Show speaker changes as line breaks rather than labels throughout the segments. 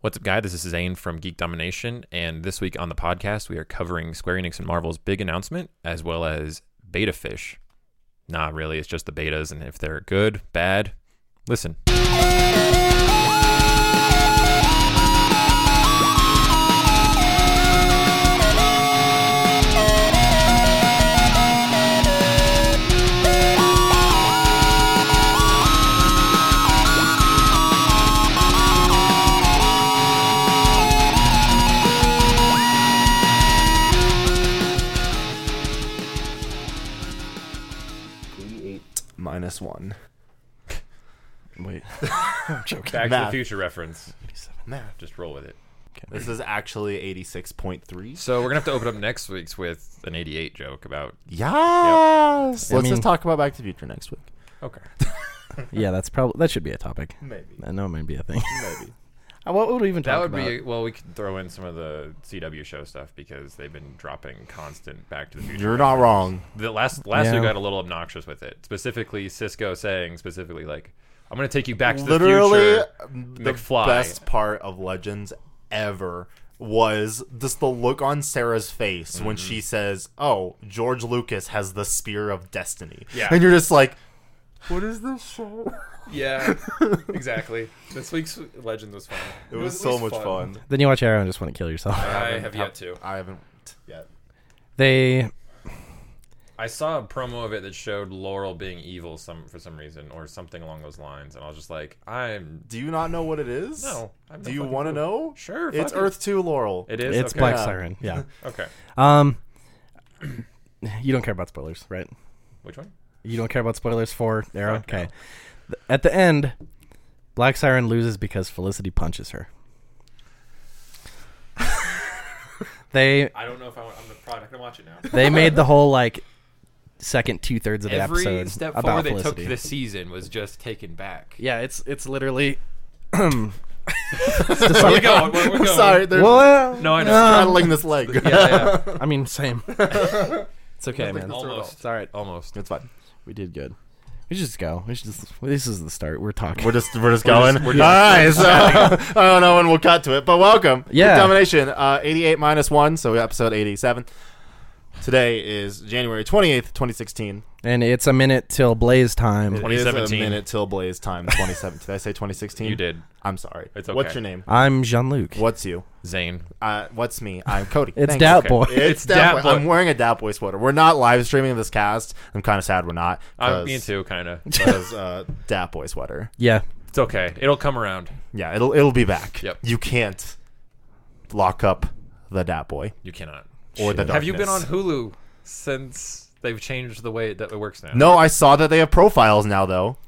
What's up, guys? This is Zane from Geek Domination, and this week on the podcast, we are covering Square Enix and Marvel's big announcement, as well as Beta Fish. Nah, really, it's just the betas, and if they're good, bad, listen.
Eight minus one.
Wait. I'm joking.
Back to
Math.
the Future reference.
87.
Math.
Just roll with it.
This is actually eighty-six point three.
So we're gonna have to open up next week's with an 88 joke about.
Yes. Let's
mean-
just talk about Back to the Future next week.
Okay.
Yeah, that's probably that should be a topic.
Maybe.
I know it might be a thing.
Maybe.
Uh, what would we even
That
talk
would
about?
be well. We could throw in some of the CW show stuff because they've been dropping constant Back to the Future.
You're not wrong.
the last last
Yeah.
week I got a little obnoxious with it. Specifically, Cisco saying specifically like, "I'm going to take you back to the
Literally,
future."
the
McFly.
best part of Legends ever was just the look on Sarah's face when she says, "Oh, George Lucas has the Spear of Destiny."
Yeah.
and you're just like, "What is this show?"
Yeah, exactly. This week's Legends was fun.
It was, so much fun.
Then you watch Arrow and just want to kill yourself.
I have yet to.
I haven't yet.
they
I saw a promo of it that showed Laurel being evil some for some reason or something along those lines, and I was just like, "I'm
Do you not know what it is?
No, I have no
Do you
fucking
want to
clue.
know?
Sure, fuck
It's
it.
Earth Two, Laurel.
it is
it's
okay.
Black
Yeah.
Siren. Yeah.
Okay,
Um you don't care about spoilers, right?
which one?
You don't care about spoilers for Arrow?
Fuck no.
okay. Th- At the end, Black Siren loses because Felicity punches her. they
I don't know if I want, I'm probably not gonna watch it now.
they made the whole like second two thirds of the
Every
episode
step
about
forward they
Felicity.
took this season was just taken back.
Yeah, it's it's literally. It's
Where we
just-
going? Where we
I'm
going?
sorry, they're
well,
No, I know.
straddling this leg.
Yeah, yeah.
I mean, same. it's okay, man.
almost.
It's all right.
Almost.
It's fine.
We did good. We should just go. We should just. This is the start. We're talking.
We're just we're just going.
we're just-
All right, so I don't know when we'll cut to it, but welcome.
Yeah.
Geek domination. Uh, eighty-eight minus one, so episode eighty-seven. Today is January twenty eighth, twenty sixteen.
and it's a minute till Blaze time.
It is a
2017.
minute till Blaze time. Twenty seventeen. Did I say twenty sixteen?
You did.
I'm sorry.
It's okay.
What's your name?
I'm Jean Luc.
What's you?
Zane.
Uh, what's me? I'm Cody.
It's
Thanks.
Doubt Boy.
It's,
It's
Dap
Dap
Boy.
Boy.
I'm wearing a Dap Boy sweater. We're not live streaming this cast. I'm kind of sad we're not.
I'm Uh, me too, kind of.
Because uh, Dap Boy sweater.
Yeah.
It's okay. It'll come around.
Yeah, it'll it'll be back.
Yep.
You can't lock up the Dap Boy
You cannot.
or the. Darkness.
Have you been on Hulu since they've changed the way that it works now?
No, I saw that they have profiles now though.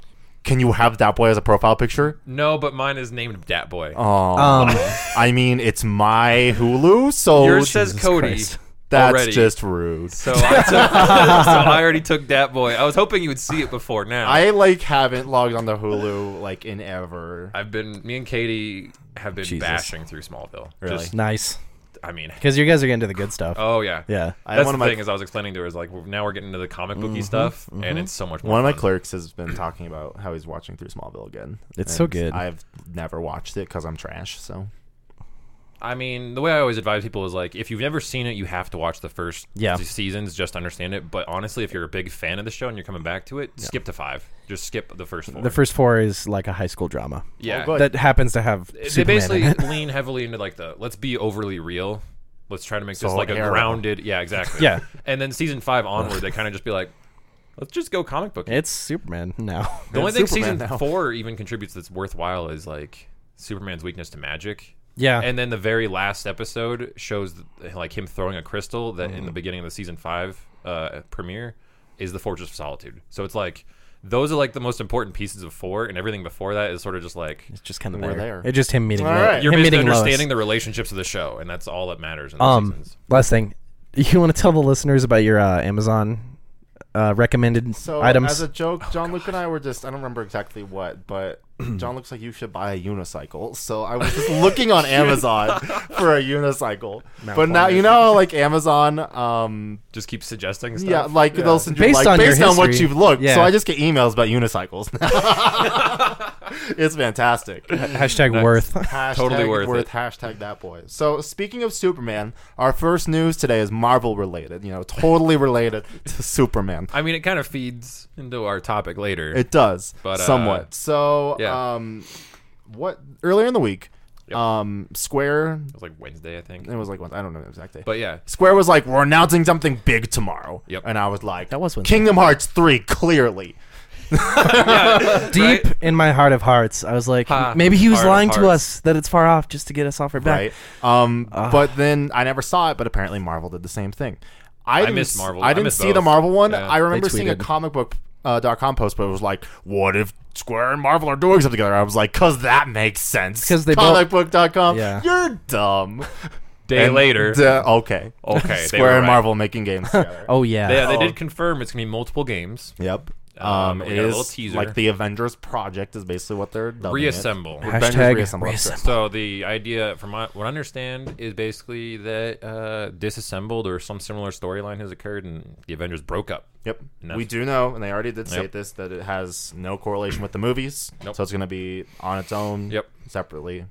Can you have Dap Boy as a profile picture?
No, but mine is named Dat Boy.
Oh,
Um.
I mean, it's my Hulu, so
Yours says
Jesus
Cody.
Christ.
that's
already.
just rude.
So I, took, so I already took Dat Boy. I was hoping you would see it before now. I,
I like haven't logged on the Hulu like in ever.
have been. Me and Katie have been
Jesus.
bashing through Smallville.
Really?
Nice.
I mean.
Because you guys are getting to the good stuff.
Oh yeah.
Yeah.
I
That's
one
the
of my
thing is I was explaining to her is like we're- now we're getting into the comic booky stuff and it's so much more.
One of my
fun.
clerks has been talking about how he's watching through Smallville again.
It's so good.
I've never watched it because I'm trash. So
I mean, the way I always advise people is like, if you've never seen it, you have to watch the first
Yeah.
two seasons just to understand it. But honestly, if you're a big fan of the show and you're coming back to it, skip to five. Just skip the first four.
The first four is like a high school drama
yeah,
Oh, good.
that happens to have
They- they
Superman
basically
in it.
lean heavily into like the let's be overly real. Let's try to make this
So
like a
Arrow.
grounded. Yeah, exactly.
Yeah.
and then season five onward, they kind of just be like, let's just go comic book.
It's Superman now.
the only thing
Superman
season
now.
four even contributes that's worthwhile is like Superman's weakness to magic.
Yeah.
and then the very last episode shows like him throwing a crystal that
Mm-hmm.
in the beginning of the season five uh, premiere is the Fortress of Solitude. So it's like those are like the most important pieces of four, and everything before that is sort of just like
It's just kind of
We're
there.
there.
It's just him meeting.
All
Lo-
right.
you're
him
basically
meeting Lois.
understanding the relationships of the show, and that's all that matters in the
Um,
seasons.
last thing, you want to tell the listeners about your uh, Amazon uh, recommended
so
items?
as a joke, John Luke and I were just I don't remember exactly what, but John looks like you should buy a unicycle. So I was just looking on Amazon for a unicycle. But now you know like Amazon um
Just keep suggesting stuff.
yeah, like they'll send you
Based
like
on your
based on what
history.
you've looked.
Yeah.
So I just get emails about unicycles now. it's fantastic.
Hashtag worth.
Hashtag
Totally worth it.
Hashtag that boy. So speaking of Superman, our first news today is Marvel related. You know, totally related to Superman.
I mean, it kind of feeds into our topic later.
It does,
But, uh,
somewhat. So,
yeah.
um, what earlier in the week, um, Square.
It was like Wednesday, I think.
It was like one. I don't know the exact day.
But yeah,
Square was like, "We're announcing something big tomorrow,"
Yep.
and I was like,
That was Wednesday.
Kingdom Hearts three." Clearly,
Deep
Right?
in my heart of hearts, I was like,
Ha,
maybe he was
heart of
lying to
hearts.
us that it's far off just to get us off our back. Ah.
right? Um, but then I never saw it. But apparently, Marvel did the same thing. I, didn't
miss
s-
Marvel.
I
I
didn't
miss
see
both.
the Marvel one.
Yeah.
I remember
They
seeing a
tweeted.
comic book uh, dot com post, but it was like, "What if Square and Marvel are doing something together?" I was like, "Cause that makes sense."
'Cause they both-
comicbook.com.
Yeah.
You're dumb.
day
And,
later.
uh, okay.
okay, they
Square
were
and
right.
Marvel making games together.
Oh yeah.
Yeah, they
Oh.
did confirm it's gonna be multiple games.
Yep.
Um,
Um,
we
it
got a little
is
teaser.
like the Avengers project is basically what they're dubbing it.
Reassemble.
Avengers
Hashtag
reassemble. that's correct.
So the idea, from my, what I understand, is basically that uh, disassembled or some similar storyline has occurred, and the Avengers broke up.
Yep.
Enough.
We do know, and they already did state
Yep.
this, that it has no correlation with the movies.
Nope.
So it's going to be on its own,
Yep.
separately.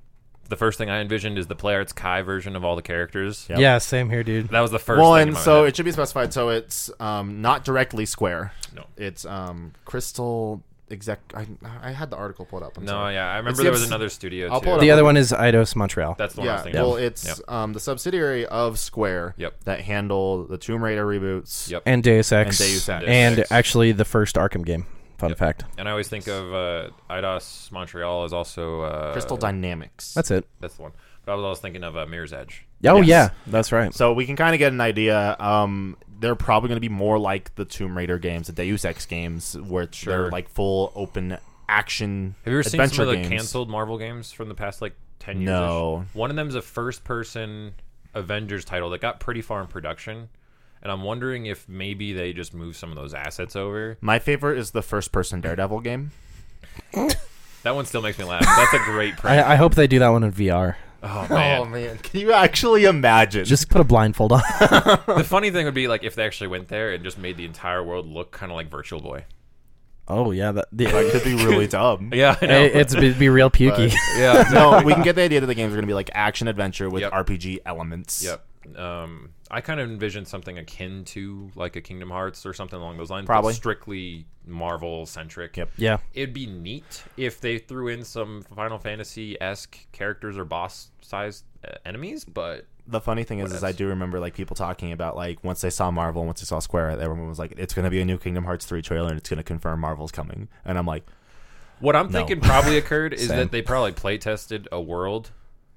The first thing I envisioned is the PlayArts Kai version of all the characters.
Yep.
Yeah, same here, dude.
That was the first.
Well,
thing in
and
my
so
head.
it should be specified. So it's um, not directly Square.
No.
It's um, Crystal Exec. I, I had the article pulled up. I'm
No,
sorry.
yeah, I
It's
remember
the
there was
obs-
another studio
I'll
too.
pull it
The other one is Idos Montreal.
That's the one I was
Yeah,
thinking.
well,
of.
it's
Yep.
um, the subsidiary of Square
Yep.
that handle the Tomb Raider reboots.
Yep.
and Deus Ex.
And Deus Ex.
And
Deus Ex.
actually the first Arkham game. Fun fact.
And I always think of uh, IDOS Montreal is also uh,
Crystal Dynamics.
That's it.
That's the one. But I was always thinking of uh, Mirror's Edge.
Oh
Yes.
yeah, that's right.
So we can kind of get an idea. Um, they're probably going to be more like the Tomb Raider games, the Deus Ex games, which they're
Sure.
like full open action.
Have you ever seen
adventure
some of the
games.
canceled Marvel games from the past like ten years?
No.
One of them is a first-person Avengers title that got pretty far in production, and I'm wondering if maybe they just moved some of those assets over.
My favorite is the first-person Daredevil game.
That one still makes me laugh. That's a great prank.
I, I hope they do that one in VR.
oh man.
man, can you actually imagine?
Just put a blindfold on.
The funny thing would be like if they actually went there and just made the entire world look kind of like Virtual Boy.
oh yeah, that the,
that could be really dumb.
Yeah, I know.
it, it's it'd be real pukey.
yeah.
No, we can get the idea that the games are going to be like action adventure with
Yep.
RPG elements.
Yep. Um, I kind of envisioned something akin to like a Kingdom Hearts or something along those lines. but
Probably.
strictly Marvel centric.
Yep.
yeah.
It'd be neat if they threw in some Final Fantasy esque characters or boss sized uh, enemies, but
The funny thing is, is I do remember like people talking about like once they saw Marvel, and once they saw Square, everyone was like, "It's going to be a new Kingdom Hearts three trailer, and it's going to confirm Marvel's coming." And I'm like,
what I'm thinking probably occurred is
Same.
that they probably play tested a world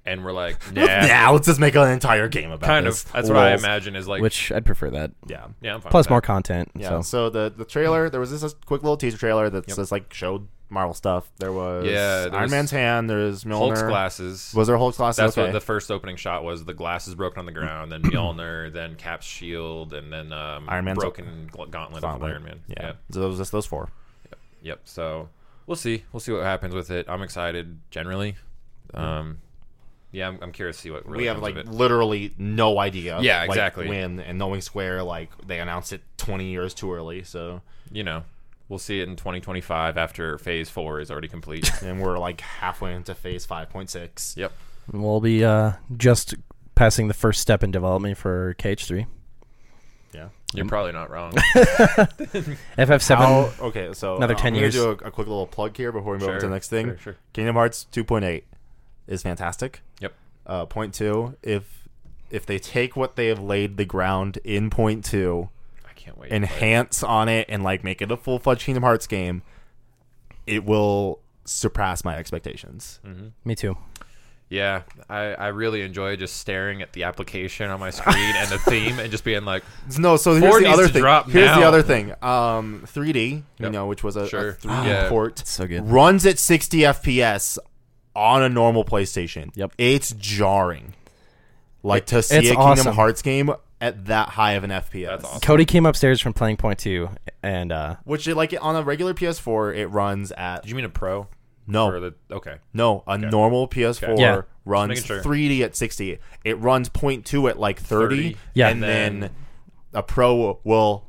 and were like,
Yeah,
nah,
let's just make an entire game about
kind
this.
of. That's what I
Lol.
imagine is like.
Which I'd prefer that.
Yeah.
yeah, I'm fine
Plus
with
more
that.
content.
Yeah.
So.
So, the the trailer, there was this this quick little teaser trailer that just like showed Marvel stuff. There was
Yeah, there
Iron
was
Man's hand. There's Mjolnir.
Hulk's glasses.
Was there Hulk's glass?
That's
okay.
what the first opening shot was. The glasses broken on the ground, then Mjolnir, then Cap's shield, and then um,
Iron Man's-
broken gl- gauntlet,
Gauntlet.
of Iron Man.
Yeah.
Yeah.
So those just those four.
Yep. So we'll see. We'll see what happens with it. I'm excited generally. Um, yeah, I'm, I'm curious to see what really
we have
comes
like
of it.
literally no idea.
Yeah,
like,
exactly.
when and knowing Square, like they announced it 20 years too early. So
you know we'll see it in 2025 after Phase Four is already complete.
and we're like halfway into Phase 5.6.
yep.
We'll be uh, just passing the first step in development for KH3.
Yeah.
You're probably not wrong.
FF7.
How, okay, so
Another
uh,
10
I'm
years.
gonna do a, a quick little plug here before we move on to
Sure,
the next thing.
sure, sure.
Kingdom Hearts 2.8 is fantastic.
yep.
Uh, point two, if if they take what they have laid the ground in point two,
I can't wait.
enhance on it, and like make it a full fledged Kingdom Hearts game, it will surpass my expectations.
Me too.
yeah, I, I really enjoy just staring at the application on my screen and the theme and just being like,
No, so here's
Four
the
needs
other
to
thing.
drop
here's the
now.
other thing. Um, 3D, you
Yep.
know, which was a,
Sure.
a 3D
Yeah.
port,
Ah, So good.
runs at 60 FPS on a normal PlayStation.
Yep.
it's jarring. Like to see
it's
a Kingdom
awesome.
Hearts game at that high of an FPS.
That's awesome.
Cody came upstairs from playing Point 2, and uh,
Which it, like on a regular PS4, it runs at
"Did you mean a pro?" Or
no,
the, okay.
no, a normal PS4
Okay.
Yeah.
runs
making sure.
3D at 60. It runs 0.2 at like 30,
30,
Yeah.
and
and
then
then-
a Pro will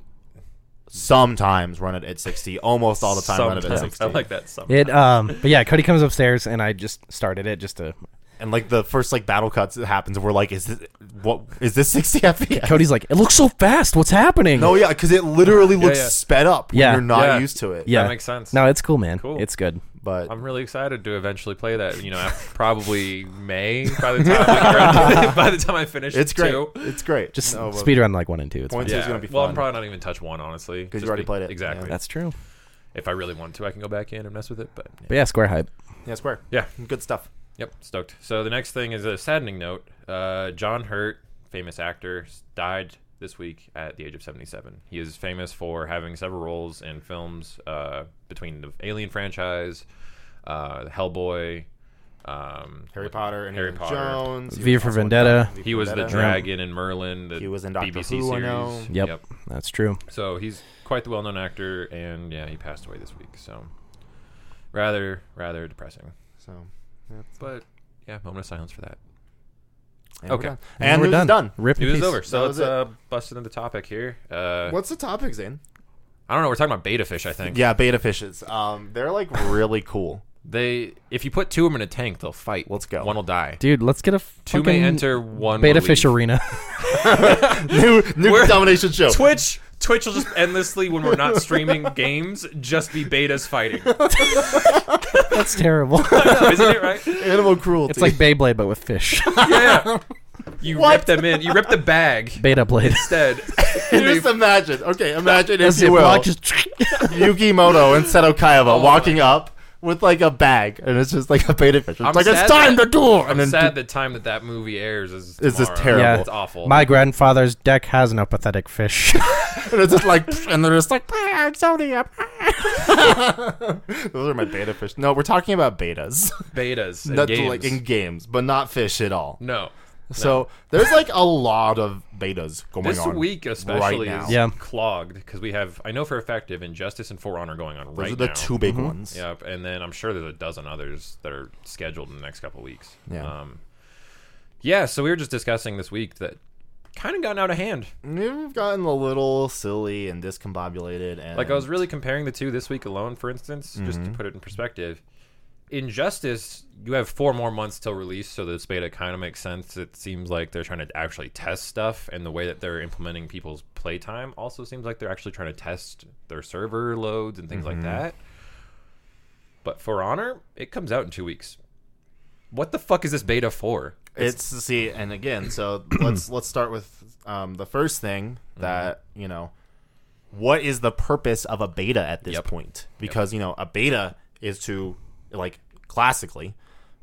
sometimes run it at 60, almost all the time run it at
Sometimes.
60.
I like that. Sometimes.
It um but yeah, Cody comes upstairs and I just started it just to
and like the first like battle cuts that happens, we're like, is this what is this 60 FPS?
Cody's like, It looks so fast, what's happening?
No, yeah, because it literally looks
yeah.
sped up when
Yeah.
you're not
Yeah.
used to it.
yeah.
That makes sense.
No, it's cool, man.
Cool.
It's good.
but
I'm really excited to eventually play that. You know, after probably May by the time I, by the time I finish.
it's great.
Two.
It's great.
Just
No, but-
speed around like one and two. It's
Point
fine.
two.
Yeah.
It's gonna be
Well,
fun.
I'm probably not even touch one honestly
'Cause you
Just
already
be-
played it.
Exactly.
Yeah.
That's true.
If I really want to, I can go back in and mess with it. But yeah.
But yeah, Square Hype.
yeah, square.
Yeah.
good stuff.
Yep, stoked. So the next thing is a saddening note. Uh, John Hurt, famous actor, s- died this week at the age of 77. He is famous for having several roles in films uh, between the Alien franchise, uh, Hellboy, um,
Harry Potter and
Harry Potter.
Jones.
V for Vendetta.
He was the
Vendetta.
dragon in Merlin. The
He was in Doctor
BBC
Who, I
series.
know.
Yep. That's true.
So he's quite the well-known actor, and yeah, he passed away this week. So rather, rather depressing.
So, yeah.
But yeah, moment of silence for that.
And we're
Okay.
done. and
we're
we're
done.
done.
Rip in
It was
peace.
over. So
That
let's
was it.
uh, bust into the topic here. Uh,
What's the topic, Zane?
I don't know. We're talking about beta fish. I think.
Yeah, beta fishes. Um, they're like really cool.
They, if you put two of them in a tank, they'll fight.
Let's go.
One will die.
Dude, let's get a
Two
fucking
may enter. One
Beta
will
Fish
leave.
Arena.
new new
We're-
domination show.
Twitch. Twitch will just endlessly, when we're not streaming games, just be betas fighting.
That's terrible.
Isn't it right? Yeah.
Animal cruelty.
it's like Beyblade but with fish.
yeah. You rip them in. You rip the bag
Beta Blade.
instead.
just imagine. Okay, imagine if
That's
you
it,
will.
block just-
Yukimoto and Seto Kaiba
Oh
walking up with like a bag, and it's just like a beta fish. It's
I'm
like
sad
it's time
that-
to duel.
I'm
and then
sad the time that that movie airs is.
It's
tomorrow.
just terrible.
It's awful.
My grandfather's deck has no pathetic fish.
and it's just like, and they're just like, "Ah, sodium. ah." Those are my beta fish. No, we're talking about betas,
betas. And
not
games.
like in games, but not fish at all.
no.
So there's like a lot of betas going
This
on.
week especially
now.
is
Yeah.
clogged because we have I know for effective Injustice and For Honor going on
Those
right
are the
now.
two big
Mm-hmm.
ones.
Yep, and then I'm sure there's a dozen others that are scheduled in the next couple weeks.
Yeah.
Um, yeah. So we were just discussing this week that kind of gotten out of hand.
We've gotten a little silly and discombobulated, and
Like I was really comparing the two this week alone, for instance, just to put it in perspective. Injustice, you have four more months till release, so this beta kind of makes sense. It seems like they're trying to actually test stuff, and the way that they're implementing people's playtime also seems like they're actually trying to test their server loads and things like that. But For Honor, it comes out in two weeks. What the fuck is this beta for?
it's see and again so let's let's start with um, the first thing
Mm-hmm.
that you know what is the purpose of a beta at this
Yep.
point because you know a beta is to like classically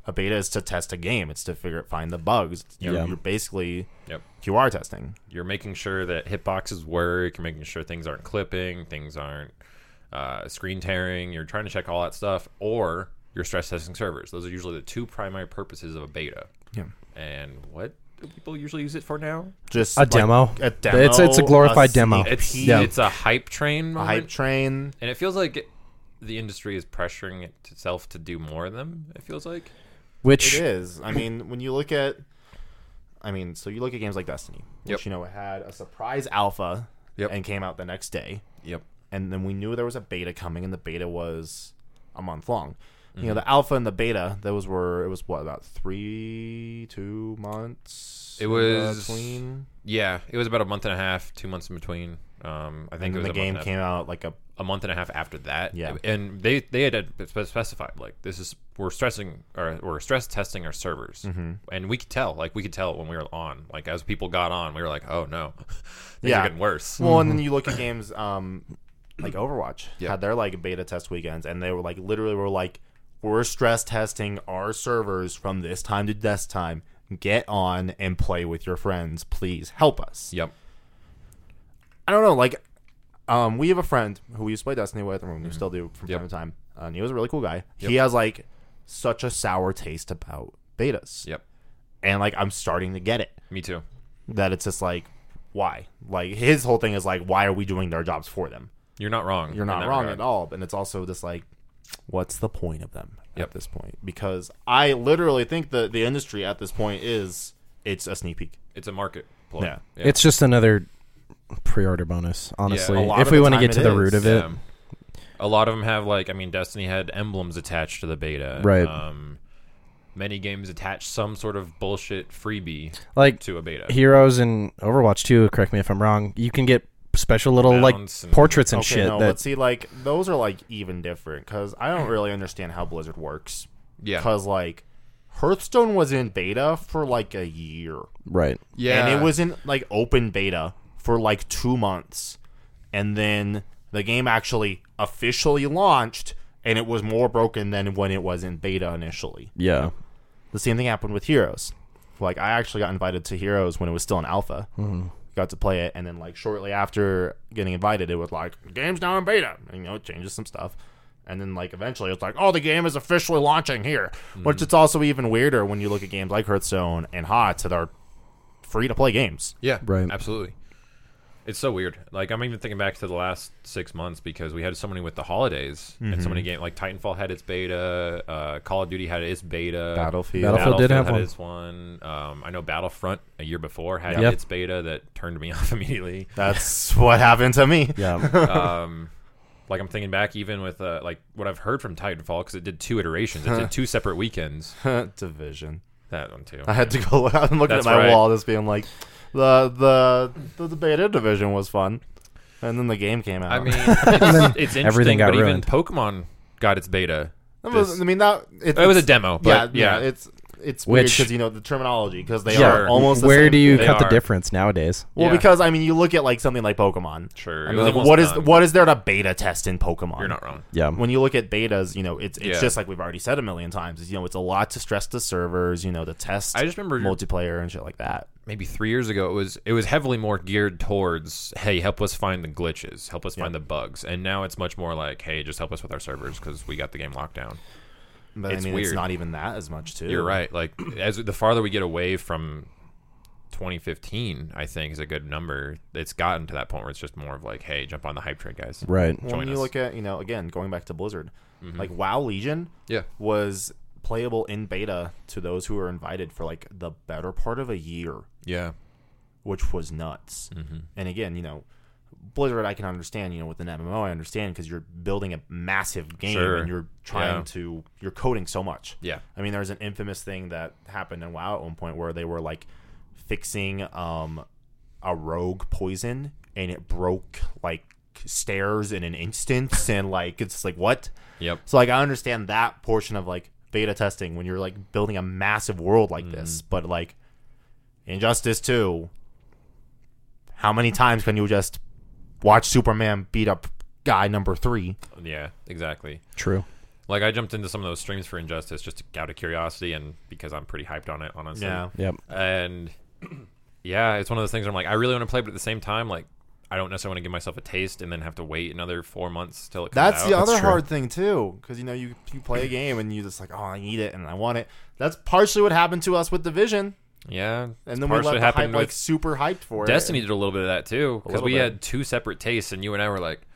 a beta is to test a game it's to figure find the bugs you're,
Yeah.
you're basically
Yep.
qr testing
you're making sure that hitboxes work you're making sure things aren't clipping things aren't uh, screen tearing you're trying to check all that stuff or you're stress testing servers those are usually the two primary purposes of a beta
yeah
and what do people usually use it for now
just
A demo.
a demo
It's- it's a glorified demo.
sneak
it's
peek,
Yeah.
it's a hype train
a
moment,
hype train
and it feels like it- the industry is pressuring it- itself to do more of them it feels like
Which
It is. I mean, when you look at, I mean, so you look at games like Destiny,
Yep.
which you know had a surprise alpha
Yep.
and came out the next day,
yep
and then we knew there was a beta coming, and the beta was a month long. You
Mm-hmm.
know, the alpha and the beta, those were it was what about three, two months?
It
in
was-
between.
yeah it was about a month and a half two months in between um, I think it was
And then the
a month and
game
a half.
came out like a
a month and a half after that.
Yeah.
and they they had uh, spe- specified like this is we're stressing or we're stress testing our servers,
Mm-hmm.
and we could tell like we could tell when we were on like as people got on we were like oh no, things
Yeah.
are getting worse.
Well, and then you look at games um, like Overwatch
Mm-hmm. Yeah.
had their like beta test weekends, and they were like literally were like, we're stress testing our servers from this time to this time. Get on and play with your friends, please help us.
yep.
I don't know, like, um, we have a friend who we used to play Destiny with, and we still do from
Mm-hmm. Yep.
time to time, and he was a really cool guy. He has like such a sour taste about betas,
Yep.
and like I'm starting to get it
Me too.
that it's just like, why? Like his whole thing is like, why are we doing their jobs for them?
You're not wrong.
you're
in
not
that
wrong
regard.
at all. And it's also just like, what's the point of them
Yep.
at this point? Because I literally think that the industry at this point is it's a sneak peek.
It's a market. Play.
Yeah.
it's just another pre-order bonus. Honestly,
lot
if
of
we
the
want to
time
get to
it
the
is.
root of it,
Yeah. Um, A lot of them have like I mean, Destiny had emblems attached to the beta.
Right.
Um, many games attach some sort of bullshit freebie
like
to a beta.
Heroes and Overwatch 2, correct me if I'm wrong, you can get special little
Mounts
like
and-
portraits and
okay,
shit
no, but
that
see, like those are like even different because I don't really understand how Blizzard works.
yeah.
Because like Hearthstone was in beta for like a year,
right.
Yeah.
and it was in like open beta for like two months, and then the game actually officially launched, and it was more broken than when it was in beta initially.
Yeah.
The same thing happened with Heroes. Like I actually got invited to Heroes when it was still in alpha. Got to play it, and then like shortly after getting invited, it was like game's now in beta. And, you know, it changes some stuff, and then like eventually it's like, oh, the game is officially launching here. Which it's also even weirder when you look at games like Hearthstone and HOTS that are free to play games.
Yeah.
Right.
Absolutely. It's so weird. Like I'm even thinking back to the last six months because we had so many with the holidays and so
Mm-hmm.
many games. Like Titanfall had its beta. Uh, Call of Duty had its beta.
Battlefield.
Battlefield did have
had
one.
its one. Um, I know Battlefront a year before had
Yep.
its beta that turned me off immediately.
That's what happened to me.
Yeah.
um, like I'm thinking back even with uh, like what I've heard from Titanfall because it did two iterations. It did two separate weekends.
Division.
That one too.
I had to go. I'm looking
That's
at my
right.
wall, just being like, the the the, the beta division was fun, and then the game came out.
I mean, it's, it's interesting,
everything got
but even
ruined.
Pokemon got its beta.
That was-
this-
I mean that it,
It was a demo, but
yeah,
yeah,
it's it's weird
Which-
because you know the terminology because they
Sure.
are almost. the
Where
same
do you
They
thing.
cut the
are.
difference nowadays?
Well,
Yeah.
because I mean, you look at like something like Pokemon.
Sure,
I
it
mean,
was
like,
almost
what is
done.
what is there to beta test in Pokemon?
you're not wrong.
Yeah.
When you look at betas, you know it's it's
Yeah.
just like we've already said a million times. is, You know, it's a lot to stress the servers. You know, to test
I just remember
multiplayer and shit like that.
maybe three years ago it was it was heavily more geared towards hey help us find the glitches help us find the bugs and now it's much more like hey just help us with our servers because we got the game locked down
But
It's
I mean, it's
weird.
not even that as much too.
You're right. Like as the farther we get away from 2015, I think is a good number. It's gotten to that point where it's just more of like, hey, jump on the hype train, guys.
Right.
Well, when
Join
you
us. Mm-hmm.
look at you know again going back to Blizzard, like WoW Legion
Yeah.
was playable in beta to those who were invited for like the better part of a year,
Yeah.
which was nuts.
Mm-hmm.
And again, you know, Blizzard, I can understand. You know, with an MMO, I understand because you're building a massive game
Sure.
and you're trying
Yeah.
to you're coding so much.
Yeah.
I mean, there was an infamous thing that happened in WoW at one point where they were like fixing um, a rogue poison and it broke like stairs in an instant, and like it's just like what?
Yep.
So like I understand that portion of like beta testing when you're like building a massive world like this, but like Injustice Two, how many times can you just watch Superman beat up guy number three?
Yeah. Exactly.
True.
Like I jumped into some of those streams for Injustice just out of curiosity and because I'm pretty hyped on it, honestly.
Yep.
And yeah, it's one of those things where I'm like, I really want to play, but at the same time, like, I don't necessarily want to give myself a taste and then have to wait another four months till it comes
That's
out.
the other
true.
hard thing too, because you know you you play a game and you just like, oh, I need it and I want it. That's partially what happened to us with Division,
yeah. it's
and then we
partially
let the hype
happened
like
with
super hyped for
Destiny did a little bit of that too because
little
we
bit.
had two separate tastes, and you and I were like,
it.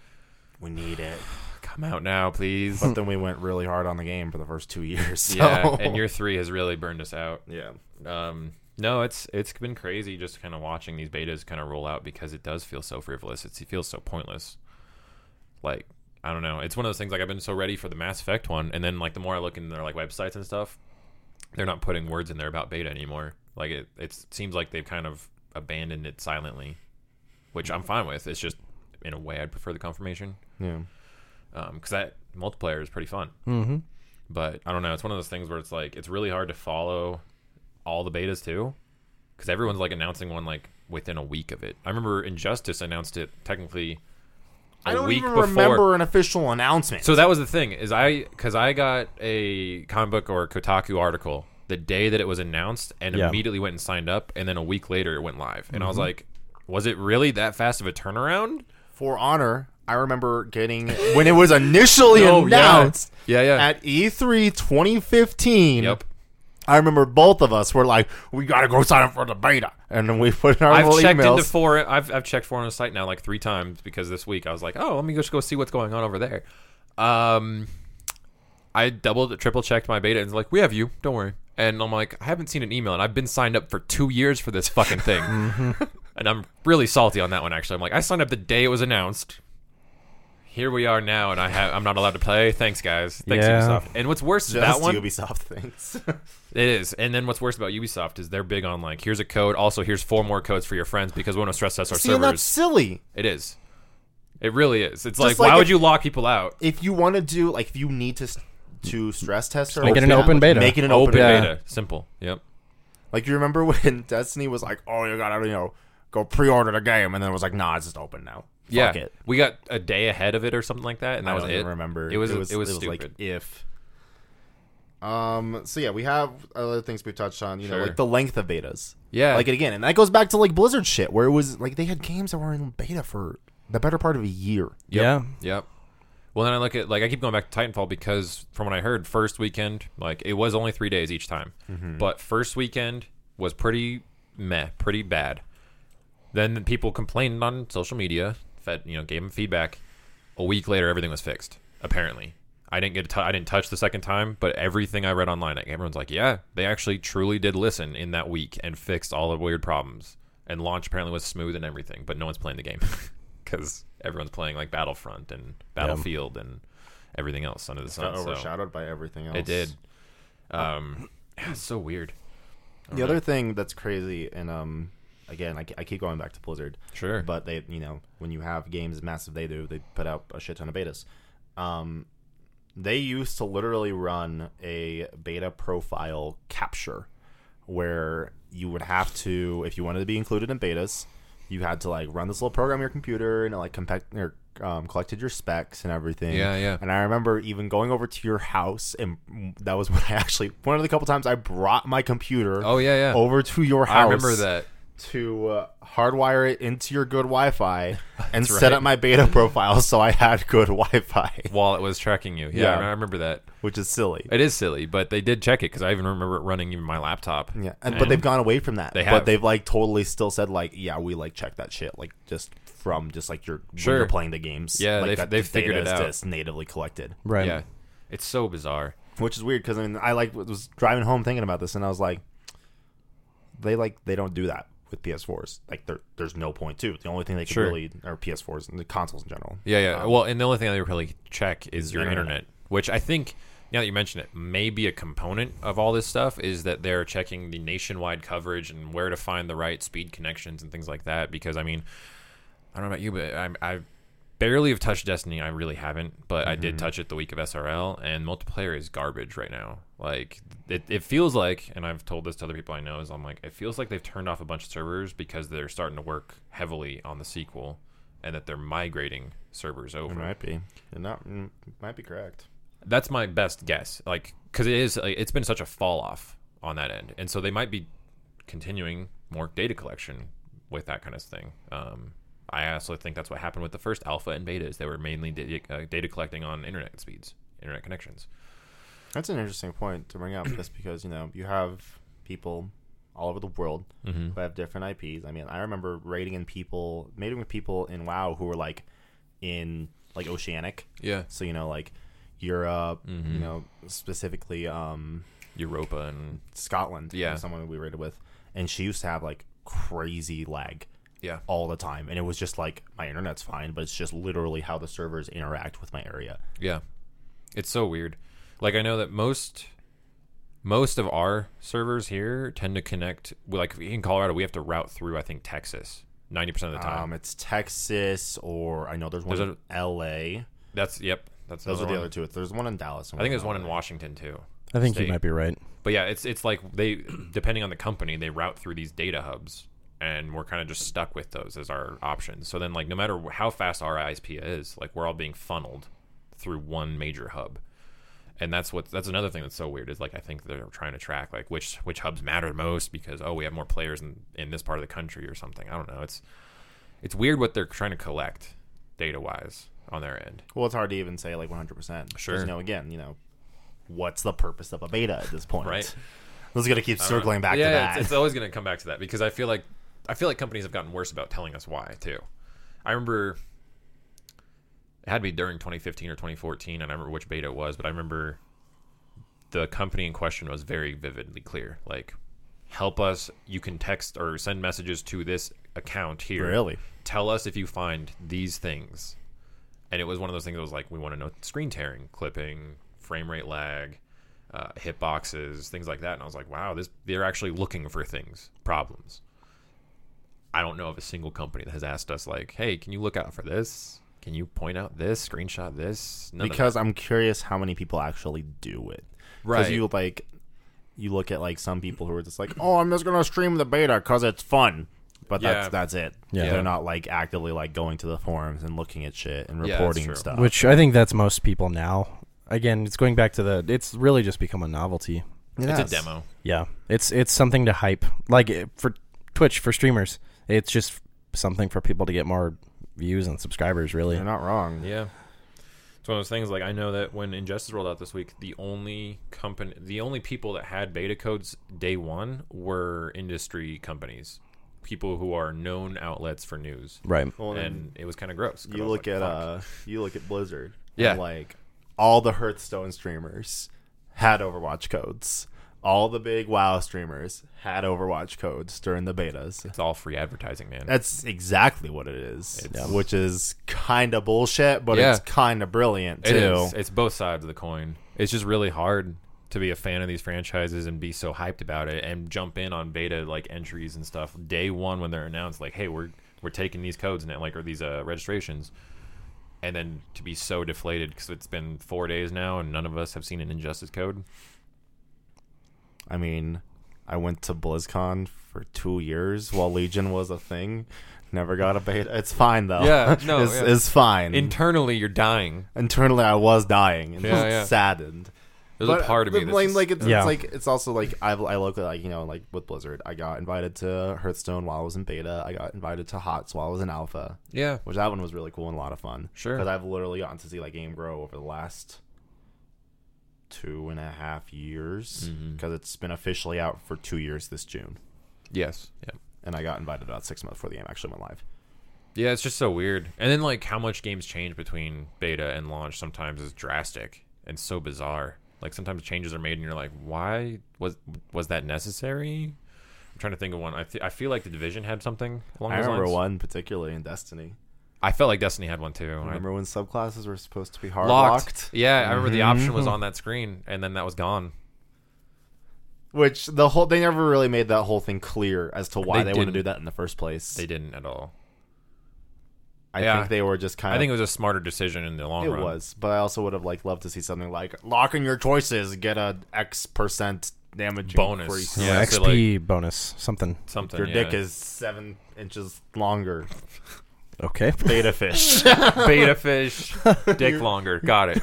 We need it,
"Come out now, please."
but then we went really hard on the game for the first two years. So.
Yeah, and your three has really burned us out.
yeah.
Um, no, it's it's been crazy just kind of watching these betas kind of roll out because it does feel so frivolous. It's, it feels so pointless. Like I don't know. It's one of those things. Like I've been so ready for the Mass Effect one, and then like the more I look in their like websites and stuff, they're not putting words in there about beta anymore. Like it, it seems like they've kind of abandoned it silently, which I'm fine with. It's just in a way I'd prefer the confirmation.
Yeah.
because that multiplayer is pretty fun.
Mhm.
But I don't know. It's one of those things where it's like it's really hard to follow all the betas too, because everyone's like announcing one like within a week of it. I remember Injustice announced it technically a
I don't
week
even
before.
remember an official announcement.
So that was the thing is I because I got a comic book or Kotaku article the day that it was announced and
Yeah.
immediately went and signed up, and then a week later it went live, and I was like, was it really that fast of a turnaround?
for Honor, I remember getting when it was initially
No, Oh, yeah.
announced
Yeah, yeah.
at E E3 2015.
Yep.
I remember both of us were like, "We gotta go sign up for the beta," and then we put in our
I've
little
checked
emails.
into four. I've, I've checked four on the site now like three times because this week I was like, oh, let me just go see what's going on over there. Um, I double triple checked my beta and it's like, we have you, don't worry. And I'm like, I haven't seen an email and I've been signed up for two years for this fucking thing. And I'm really salty on that one. Actually, I'm like, I signed up the day it was announced. Here we are now, and I have I'm not allowed to play. Thanks, guys. Thanks,
Yeah.
Ubisoft. And what's worse is
Just
that one.
Ubisoft things.
It is. And then what's worse about Ubisoft is they're big on like, here's a code. Also, here's four more codes for your friends because we want to stress test our
See, and that's
servers.
silly.
It is. It really is. It's like,
like
why
if-
would you lock people out?
If you want to do, like, if you need to s- to stress test or
make it an open beta.
Make it an
Open
open beta.
beta. Simple. Yep.
Like you remember when Destiny was like, "Oh, you gotta you know go pre-order the game," and then it was like, "Nah, it's just open now."
yeah.
Fuck it.
We got a day ahead of it or something like that, and that
I
was
don't
it.
even remember.
It was it was, stupid.
like if. Um. So yeah, we have other things we've touched on. You know,
Sure.
like the length of betas.
Yeah.
Like again, and that goes back to like Blizzard shit, where it was like they had games that were in beta for the better part of a year.
Yep.
Yeah.
Yep. Well, then I look at like I keep going back to Titanfall because from what I heard, first weekend like it was only three days each time, but first weekend was pretty meh, pretty bad. Then people complained on social media, fed you know gave them feedback. A week later, everything was fixed. Apparently, I didn't get to I didn't touch the second time, but everything I read online, like, everyone's like, yeah, they actually truly did listen in that week and fixed all the weird problems. And launch apparently was smooth and everything, but no one's playing the game because everyone's playing like Battlefront and Battlefield and everything else under the sun. so
by everything else.
it did. Um, it's so weird.
The other thing that's crazy, and um, again, I, I keep going back to Blizzard.
Sure.
but they you know when you have games as massive they do they put out a shit ton of betas um they used to literally run a beta profile capture where you would have to if you wanted to be included in betas you had to like run this little program on your computer and it, like compact or um, collected your specs and everything
Yeah, yeah.
and i remember even going over to your house and that was when i actually one of the couple times i brought my computer
oh yeah, yeah.
over to your house
I remember that.
to uh, hardwire it into your good Wi-Fi and
That's
set
right.
up my beta profile so I had good Wi-Fi,
While it was tracking you, yeah,
Yeah.
I remember that.
which is silly.
It is silly, but they did check it because I even remember it running even my laptop.
Yeah, and, but they've gone away from that.
They have.
But they've like totally still said like, yeah, we like check that shit like just from just like your when
Sure.
you're playing the games.
Yeah,
like,
they've-
that
they've
the
figured
data
it
is
out.
Just natively collected,
Right.
yeah. It's so bizarre.
which is weird because I mean I like was driving home thinking about this and I was like, they like they don't do that with PS4s. Like there, there's no point to. it. The only thing they could
Sure.
really are PS4s and the consoles in general.
Yeah, yeah. well, and the only thing they really check Um, is your internet.
internet.
which I think now that you mention it, may be a component of all this stuff is that they're checking the nationwide coverage and where to find the right speed connections and things like that. Because I mean, I don't know about you, but I, I barely have touched Destiny. I really haven't, but I did touch it the week of SRL, and multiplayer is garbage right now. Like it, it feels like, and I've told this to other people I know, is I'm like, it feels like they've turned off a bunch of servers because they're starting to work heavily on the sequel, and that they're migrating servers over.
It might be. It not mm, might be correct.
That's my best guess. Like, because it is, like, it's been such a fall off on that end, and so they might be continuing more data collection with that kind of thing. Um, I also think that's what happened with the first alpha and beta is they were mainly data, uh, data collecting on internet speeds, internet connections.
That's an interesting point to bring up, just because you know you have people all over the world who have different IPs. I mean, I remember raiding in people, mating with people in WoW who were like in like oceanic,
Yeah,
so you know like Europe, you know specifically um,
Europa and
Scotland.
Yeah.
was someone we raided with, and she used to have like crazy lag
yeah,
all the time, and it was just like my internet's fine, but it's just literally how the servers interact with my area.
yeah. It's so weird. Like I know that most most of our servers here tend to connect. Like in Colorado, we have to route through I think Texas ninety percent of the time.
Um, it's Texas, or I know there's one
There's
in L.A.
That's yep. That's
Those are
another
the
one.
other two. There's one in Dallas. and
I think there's
in
one in
LA.
Washington too.
I think
State.
you might be right.
But yeah, it's it's like they depending on the company, they route through these data hubs, and we're kind of just stuck with those as our options. So then, like, no matter wh- how fast our ISP is, like we're all being funneled through one major hub, and that's what that's another thing that's so weird is like I think they're trying to track like which which hubs matter most because oh we have more players in in this part of the country or something. I don't know. It's it's weird what they're trying to collect data wise on their end.
Well, it's hard to even say like 100. percent
Sure.
You know, again, you know, what's the purpose of a beta at this point?
Right. Uh,
This is gonna keep circling back
yeah,
to
It's,
that.
it's always going to come back to that because I feel like I feel like companies have gotten worse about telling us why too. I remember it had to be during 2015 or 2014. I don't remember which beta it was, but I remember the company in question was very vividly clear. Like, help us. You can text or send messages to this account here.
Really?
Tell us if you find these things. And it was one of those things that was like, we want to know screen tearing, clipping, frame rate lag, uh, hitboxes, things like that. And I was like, wow, this they're actually looking for things, problems. I don't know of a single company that has asked us like, hey, can you look out for this? Can you point out this? Screenshot this? None of
because I'm curious how many people actually do it.
Right.
Because you like, you look at like some people who are just like, oh, I'm just gonna stream the beta because it's fun. But
Yeah.
that's that's it.
Yeah.
They're not like actively like going to the forums and looking at shit and
Yeah, that's
reporting
true.
stuff.
Which I think that's most people now. Again, it's going back to the. It's really just become a novelty.
that.
Yes.
It's a demo.
Yeah, it's it's something to hype. Like eh, for Twitch for streamers, it's just something for people to get more views and subscribers. Really,
You're not wrong.
Yeah. It's one of those things like I know that when Injustice rolled out this week, the only company the only people that had beta codes day one were industry companies. People who are known outlets for news.
right?
Well,
And it was kind of gross. 'cause I
you
was
look
like,
at
"Fuck."
uh, you look at Blizzard.
Yeah.
and, like all the Hearthstone streamers had Overwatch codes. All the big WoW streamers had Overwatch codes during the betas.
it's all free advertising, man.
That's exactly what it is,
It's-
which is kind of bullshit, but
Yeah.
it's kind of brilliant too.
It is. It's both sides of the coin. It's just really hard to be a fan of these franchises and be so hyped about it and jump in on beta like entries and stuff day one when they're announced. Like, hey, we're we're taking these codes and like or these uh, registrations, and then to be so deflated because it's been four days now and none of us have seen an injustice code.
I mean, I went to BlizzCon for two years while Legion was a thing. Never got a beta. It's fine though.
Yeah, no,
it's,
yeah.
it's fine.
Internally, you're dying.
Internally, I was dying and
Yeah, yeah.
saddened.
There's
But,
a part of me
but,
that's
like,
just-
like it's,
Yeah.
it's like it's also like I, I look at like you know like with Blizzard, I got invited to Hearthstone while I was in beta. I got invited to HOTS while I was in Alpha,
yeah,
which that one was really cool and a lot of fun.
Sure.
because I've literally gotten to see like game grow over the last two and a half years
Mhm.
because it's been officially out for two years this June,
yes, yeah.
and I got invited about six months before the game actually went live.
Yeah, it's just so weird. And then like how much games change between beta and launch sometimes is drastic and so bizarre. Like sometimes changes are made and you're like, why was was that necessary? I'm trying to think of one. I, th- I feel like the division had something along
I
those
remember
lines.
one particularly in Destiny.
I felt like Destiny had one too.
I remember when subclasses were supposed to be
I,
hard
locked.
locked Mm-hmm.
Yeah, I remember the option was on that screen and then that was gone.
Which the whole they never really made that whole thing clear as to why
They
they, want to do
didn't.
that in the first place.
They didn't at all.
I
yeah.
think they were just kind
I
of.
think it was a smarter decision in the long
it
run.
was, but I also would have like loved to see something like locking your choices, get a X percent damage
Bonus.
increase.
Yeah, so,
XP bonus something.
Something.
Your
yeah.
dick is seven inches longer.
Okay,
Beta fish.
beta fish, dick longer. Got it.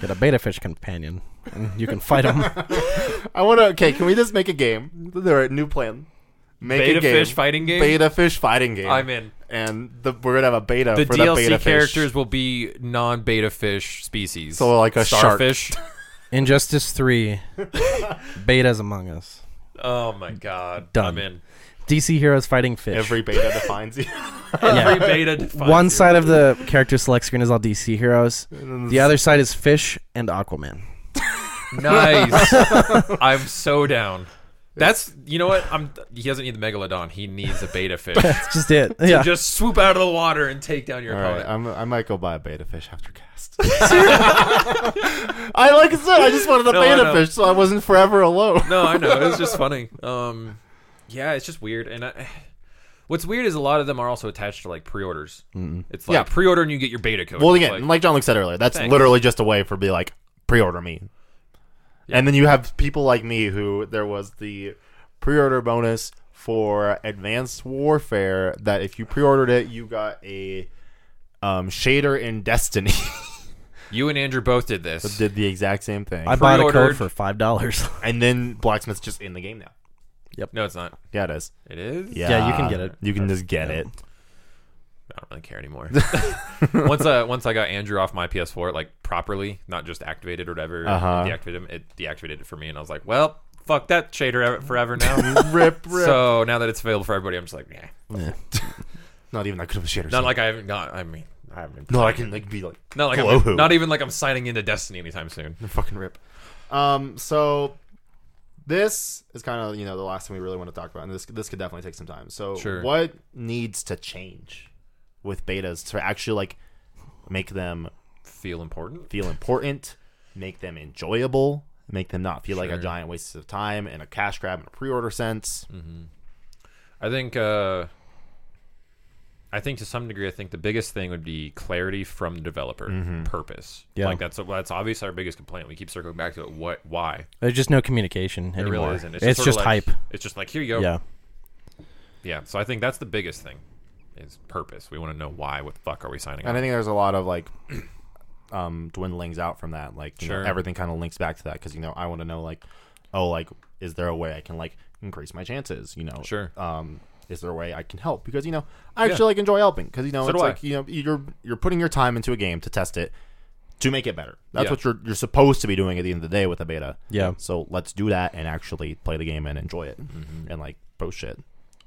get a beta fish companion, and you can fight them.
I want to. Okay, can we just make a game? There a new plan. Make
Beta
a game.
fish fighting game?
Beta fish fighting game.
I'm in.
And the, we're gonna have a beta
the
for
DLC
the beta
characters
Fish.
will be non-beta fish species.
So, like a shark.
starfish.
Injustice three, betas among us.
oh my god,
Done.
I'm in.
DC heroes fighting fish.
Every beta defines you.
Every beta. defines
One
you.
side of the character select screen is all DC heroes. The other side is Fish and Aquaman.
Nice. I'm so down. That's you know what I'm. He doesn't need the megalodon. He needs a beta fish.
That's just it. Yeah.
Just swoop out of the water and take down your
All right,
opponent.
I'm, I might go buy a beta fish after cast. I like I said, I just wanted a
No, I
beta
know.
fish, so I wasn't forever alone.
no, I know. It was just funny. Um, yeah, it's just weird. And I, what's weird is a lot of them are also attached to like pre-orders. It's like
Yeah.
pre-order and you get your beta code.
Well,
It's
again,
like-
like, John Luke said earlier, that's
Thanks.
literally just a way for be like pre-order me, and then you have people like me who there was the pre-order bonus for Advanced Warfare that if you pre-ordered it, you got a um, shader in Destiny
you and Andrew both did this.
did the exact same thing,
I bought a
Pre-ordered.
code for five dollars.
and then Blacksmith's just in the game now.
no, it's not.
Yeah, it is.
It is.
Yeah,
you can get it.
You can just get it.
I don't really care anymore. once I once I got Andrew off my PS4 like properly, not just activated or whatever,
Uh-huh.
deactivated him. It deactivated it for me, and I was like, well, fuck that shader ev- forever now.
Rip, rip.
so now that it's available for everybody, I'm just like, yeah.
Not even that good of a shader.
Not like I haven't got. I mean, I haven't. Been
no, I can like be like
not like
Hello,
I'm,
who?
not even like I'm signing into Destiny anytime soon.
fucking rip. Um, so this is kind of you know the last thing we really want to talk about, and this this could definitely take some time. So,
Sure.
what needs to change with betas to actually like make them
Feel important.
feel important, make them enjoyable, make them not feel like a
Sure.
giant waste of time and a cash grab in a pre-order sense?
I think. Uh, I think to some degree, I think the biggest thing would be clarity from the developer,
Mm-hmm.
purpose.
Yeah.
like that's that's obviously our biggest complaint. We keep circling back to it. What? Why?
There's just no communication
It
anymore.
really isn't.
It's,
It's,
just,
sort of like-
hype.
It's just like here you go.
Yeah.
Yeah. So I think that's the biggest thing, is purpose. We want to know why. What the fuck are we signing
And I
up?
think there's a lot of like um dwindlings out from that. Like you
Sure.
know, everything kind of links back to that because you know I want to know like oh like is there a way I can like increase my chances? You know
Sure.
Um, is there a way I can help? Because you know I actually like enjoy helping because you know
So
it's
do I.
like you know you're you're putting your time into a game to test it to make it better. That's
Yeah.
what you're you're supposed to be doing at the end of the day with a beta.
Yeah.
So let's do that and actually play the game and enjoy it
Mm-hmm.
and like post shit.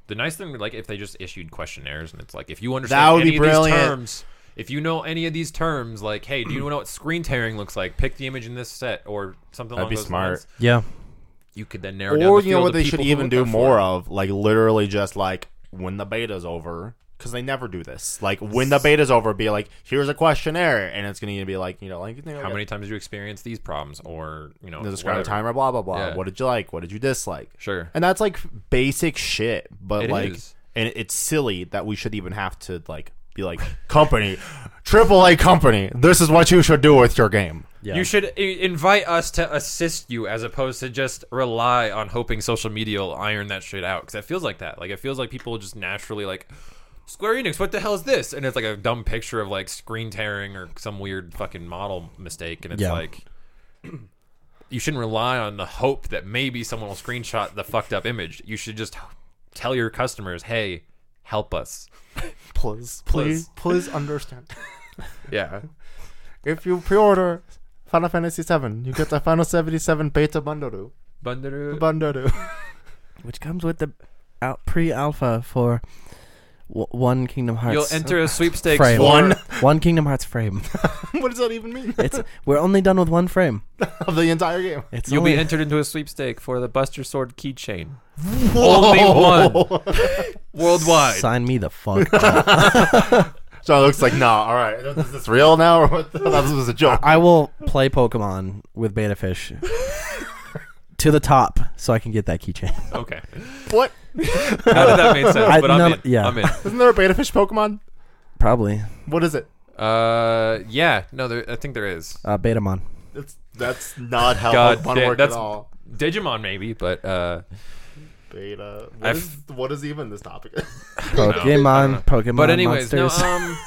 The nice thing, like, if they just issued questionnaires and it's like, if you understand
That would
any
be
of these
brilliant.
terms, if you know any of these terms, like, hey, do you know what screen tearing looks like? Pick the image in this set or something
That'd
along
be
those
smart.
lines.
Yeah.
You could then narrow down.
or
the
you know
field
what
of
they should
people who
even
look
do
out for
more
it.
of like literally just like when the beta's over because they never do this like when the beta's over be like here's a questionnaire and it's gonna be like you know like you know,
How many times did you experience these problems? Or you know,
describe a
whatever.
timer blah blah blah
Yeah.
what did you like what did you dislike
Sure.
and that's like basic shit but
It
like
is.
and it's silly that we should even have to like be like company triple a company this is what you should do with your game
Yeah.
You should I- invite us to assist you as opposed to just rely on hoping social media will iron that shit out. Because it feels like that. Like, it feels like people just naturally, like, Square Enix, what the hell is this? And it's like a dumb picture of, like, screen tearing or some weird fucking model mistake. And it's
Yeah.
like, you shouldn't rely on the hope that maybe someone will screenshot the fucked up image. You should just tell your customers, hey, help us.
please please please understand
Yeah.
if you pre-order Final Fantasy VII, you get the Final 77 beta bundle.
Bundaroo.
Bundle.
Which comes with the out pre-alpha for w- one Kingdom
You'll
Hearts.
enter a sweepstakes
frame.
for-
One.
one Kingdom Hearts frame.
what does that even mean?
It's we're only done with one frame.
of the entire game.
It's
You'll be
only,
entered into a sweepstake for the Buster Sword keychain. Only one worldwide.
sign me the fuck. up.
So it looks like, nah, all right. Is this real now? Or what? The, that was a joke.
I will play Pokemon with Beta Fish to the top, so I can get that keychain.
Okay,
what?
none of that made sense,
I-
but I, am
none-
in.
yeah.
I'm in.
Isn't there a beta fish Pokemon?
Probably
What is it?
Uh, yeah, no, there, I think there is
uh, Betamon.
It's, that's not how
God
Pokemon
damn,
work
that's-
at all.
Digimon maybe, but uh,
Beta. What
I've-
is, what is even this topic?
don't know. I don't know.
Pokemon, Pokemon.
but anyways, no,
monsters.
um,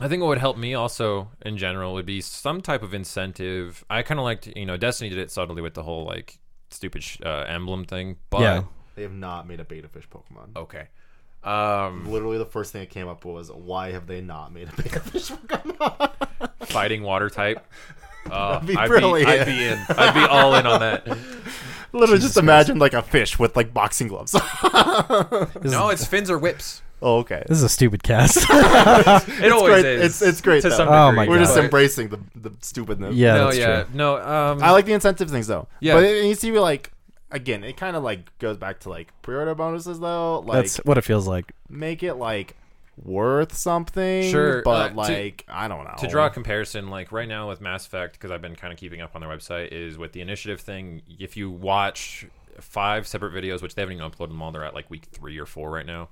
I think what would help me also in general would be some type of incentive. I kind of liked, you know, Destiny did it subtly with the whole like stupid sh- uh, emblem thing, but
Yeah.
they have not made a beta fish Pokemon.
okay. Um,
Literally, the first thing that came up was, why have they not made a beta fish Pokemon?
fighting water type. Uh,
be
I'd, be, I'd
brilliant.
be in. I'd be all in on that.
Literally, just imagine like a fish with like boxing gloves.
No, it's fins or whips.
oh, okay.
this is a stupid cast.
It always
great-
is.
it's- it's great,
To
though.
some
Oh
degree,
my
We're just
but-
embracing the, the stupidness.
yeah,
no,
that's
yeah,
true.
no. Um,
I like the incentive things though.
Yeah.
But it needs to be like again, it kind of like goes back to like pre-order bonuses though. Like
That's what it feels like.
make it like worth something.
Sure, uh,
But
to-
like I don't know.
to draw a comparison, like right now with Mass Effect, because I've been kind of keeping up on their website, is with the initiative thing. If you watch five separate videos, which they haven't even uploaded them all, they're at like week three or four right now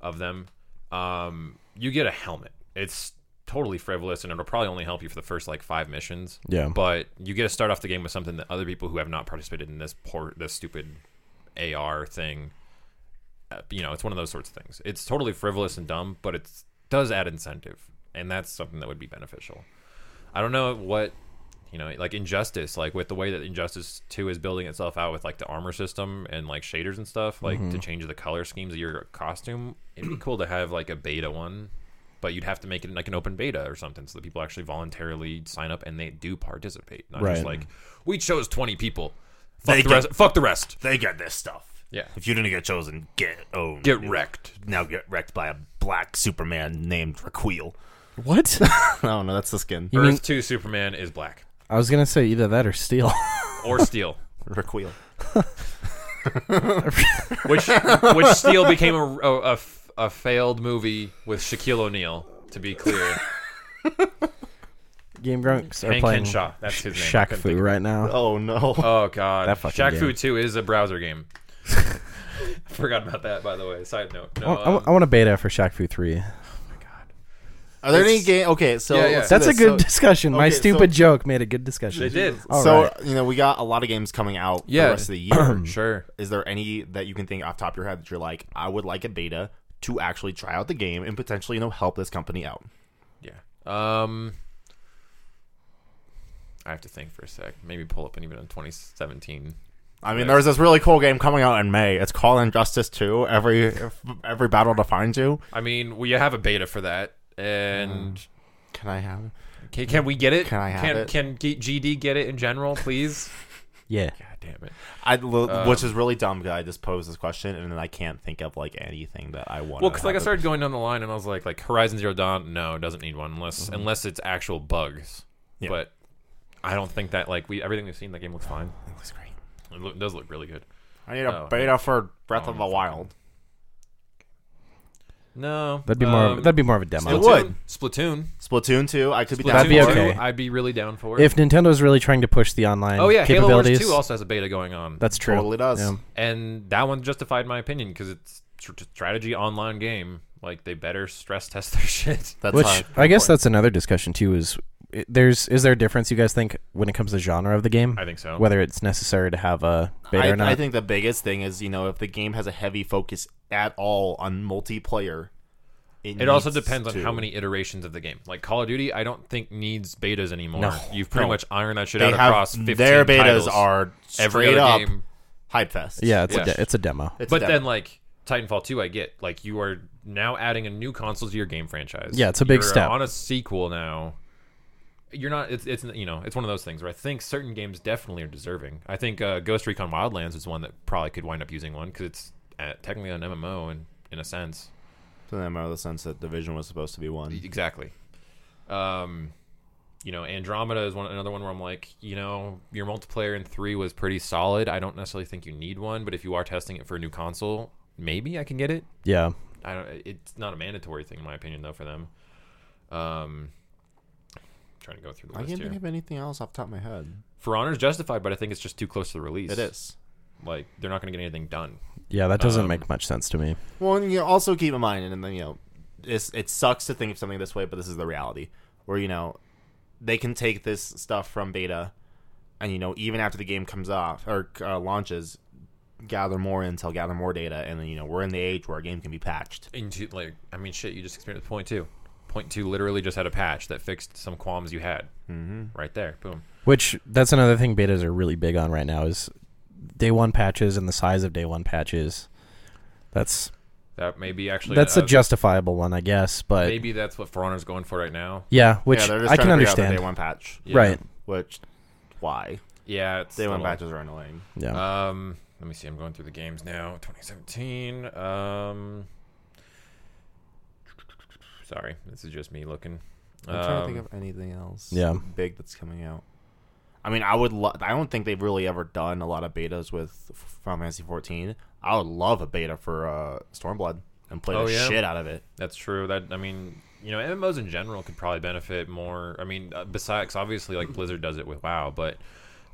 of them. Um, you get a helmet. It's totally frivolous, and it'll probably only help you for the first like five missions.
Yeah.
But you get to start off the game with something that other people who have not participated in this poor, this stupid AR thing. uh, You know, it's one of those sorts of things. It's totally frivolous and dumb, but it does add incentive, and that's something that would be beneficial. I don't know what you know, like Injustice, like with the way that Injustice Two is building itself out with like the armor system and like shaders and stuff, like to change the color schemes of your costume. It'd be cool to have like a beta one, but you'd have to make it like an open beta or something, so that people actually voluntarily sign up and they do participate, not just
Right.
like we chose twenty people. Fuck
They
the
get-
rest. Fuck the rest.
They get this stuff.
Yeah.
If you didn't get chosen, get owned.
Get wrecked.
Now get wrecked by a black Superman named Raquel.
What?
Oh, no, no, that's the skin.
You mean-
Earth Two Superman is black
I was gonna say either that or Steel.
or steel.
Requeel.
which which still became a, a- a f- a failed movie with Shaquille O'Neal. To be clear,
Game Grumps are
Hank
playing
Henshaw. That's his name. I
Shaq
couldn't think
Fu
of-
right now.
Oh no.
Oh god,
That fucking
Shaq
game.
Fu Two is a browser game. I forgot about that, by the way. Side note. No,
Oh, I, I-
um,
I want a beta for Shaq Fu three.
Are there any game? Okay, so
Yeah, yeah.
let's do
That's a
this.
good
So-
discussion. My
okay, so-
stupid joke made a good discussion.
they did.
All
so
right.
you know we got a lot of games coming out
Yeah.
the rest of the year.
Sure.
Is there any that you can think off the top of your head that you're like, I would like a beta to actually try out the game and potentially you know help this company out?
Yeah. Um, I have to think for a sec. Maybe pull up an even in 2017.
I mean, there's this really cool game coming out in May. It's called Injustice Two. Every every battle defines you.
I mean, we have a beta for that, and
Can I have? it?
can, can we get it?
Can I have
can,
it?
Can G- GD get it in general, please?
Yeah.
God damn it.
I lo- which is really dumb because I just posed this question and then I can't think of like anything that I want.
Well, because like I started going down the line, and I was like, like Horizon Zero Dawn, no, doesn't need one unless unless it's actual bugs.
Yeah.
But I don't think that like we everything we've seen, that game looks fine.
looks great.
It, loo- does look really good.
I need a
Oh.
beta for Breath of the
fucking-
Wild.
No,
That'd be more.
um,
of, that'd be more of a demo.
It would.
Splatoon.
Splatoon Two. I could be
Splatoon
down
That'd be
for.
okay.
I'd be really down for it.
If Nintendo's really trying to push the online
oh yeah, Halo Wars
capabilities,
Two also has a beta going on,
that's true.
Totally does.
Yeah.
and that one justified my opinion because it's tr- tr- strategy online game. Like they better stress test their shit.
That's
Which
fine.
I guess that's another discussion too. Is i- there's is there a difference you guys think when it comes to genre of the game?
I think so.
Whether it's necessary to have a beta
I,
or not.
I think the biggest thing is you know if the game has a heavy focus at all on multiplayer.
It also
needs
depends on
to-
how many iterations of the game. Like Call of Duty, I don't think needs betas anymore.
No.
You've pretty
No.
much ironed that shit
they
out across
have.
15
Their betas
titles
are straight
every other
up
game.
hype fest.
yeah, it's
yeah.
a de- it's a demo.
It's
But
def-
then like Titanfall 2, I get like you are now adding a new console to your game franchise.
Yeah, it's a big
You're
step.
On a sequel now. You're not. It's it's you know it's one of those things where I think certain games definitely are deserving. I think uh, Ghost Recon Wildlands is one that probably could wind up using one because it's uh technically an MMO in in a sense.
to them out of the sense that Division was supposed to be one.
Exactly. Um, you know, Andromeda is one another one where I'm like, you know, your multiplayer in three was pretty solid. I don't necessarily think you need one, but if you are testing it for a new console, maybe I can get it.
Yeah.
I don't. It's not a mandatory thing in my opinion, though, for them. Um, trying to go through the
I
list
can't
here.
think of anything else off the top of my head.
for Honor's justified, but I think it's just too close to the release.
It is.
Like they're not going to get anything done.
Yeah, that doesn't
Um,
make much sense to me.
Well, and, you know, also keep in mind, and then you know, it's, it sucks to think of something this way, but this is the reality. Where you know, they can take this stuff from beta, and you know, even after the game comes off or uh, launches, gather more intel, gather more data, and then you know, we're in the age where a game can be patched.
Into like, I mean, shit. You just experienced point two. Point two literally just had a patch that fixed some qualms you had. Mm-hmm. Right there, boom.
Which that's another thing betas are really big on right now is day one patches and the size of day one patches. That's
That may be actually
uh,
that's a justifiable one, I guess. But
maybe that's what For Honor's going for right now.
yeah, which I can
trying to figure out the
understand.
day one patch,
Yeah.
Right.
which why
Yeah, it's
day one
little-
patches are annoying.
Yeah.
Um, let me see. I'm going through the games now. 2017. Um, sorry, this is just me looking.
I'm trying to
Um,
think of anything else.
yeah.
big that's coming out. I mean, I would. Lo- I don't think they've really ever done a lot of betas with Final Fantasy 14. I would love a beta for uh, Stormblood and play
Oh,
the
yeah.
shit out of it.
That's true. That I mean, you know, MMOs in general could probably benefit more. I mean, uh, besides obviously like Blizzard does it with WoW, but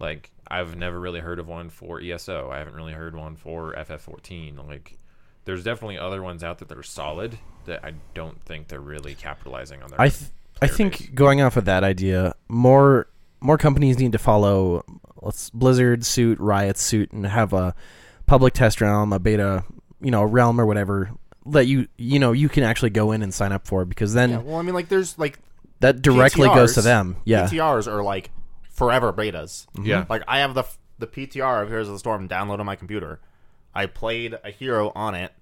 like I've never really heard of one for ESO. I haven't really heard one for FF14. Like there's definitely other ones out there that are solid that I don't think they're really capitalizing on their
I th- I
player
think
base.
going off of that idea, more more companies need to follow let's Blizzard suit, Riot suit, and have a public test realm, a beta, you know, realm or whatever that you you know you can actually go in and sign up for because then
Yeah. Well, I mean, like there's like
that directly goes to
PTRs.
them. Yeah, Mm-hmm.
PTRs are like forever betas.
Yeah.
Like I have the f- the PTR of Heroes of the Storm downloaded on my computer. I played a hero on it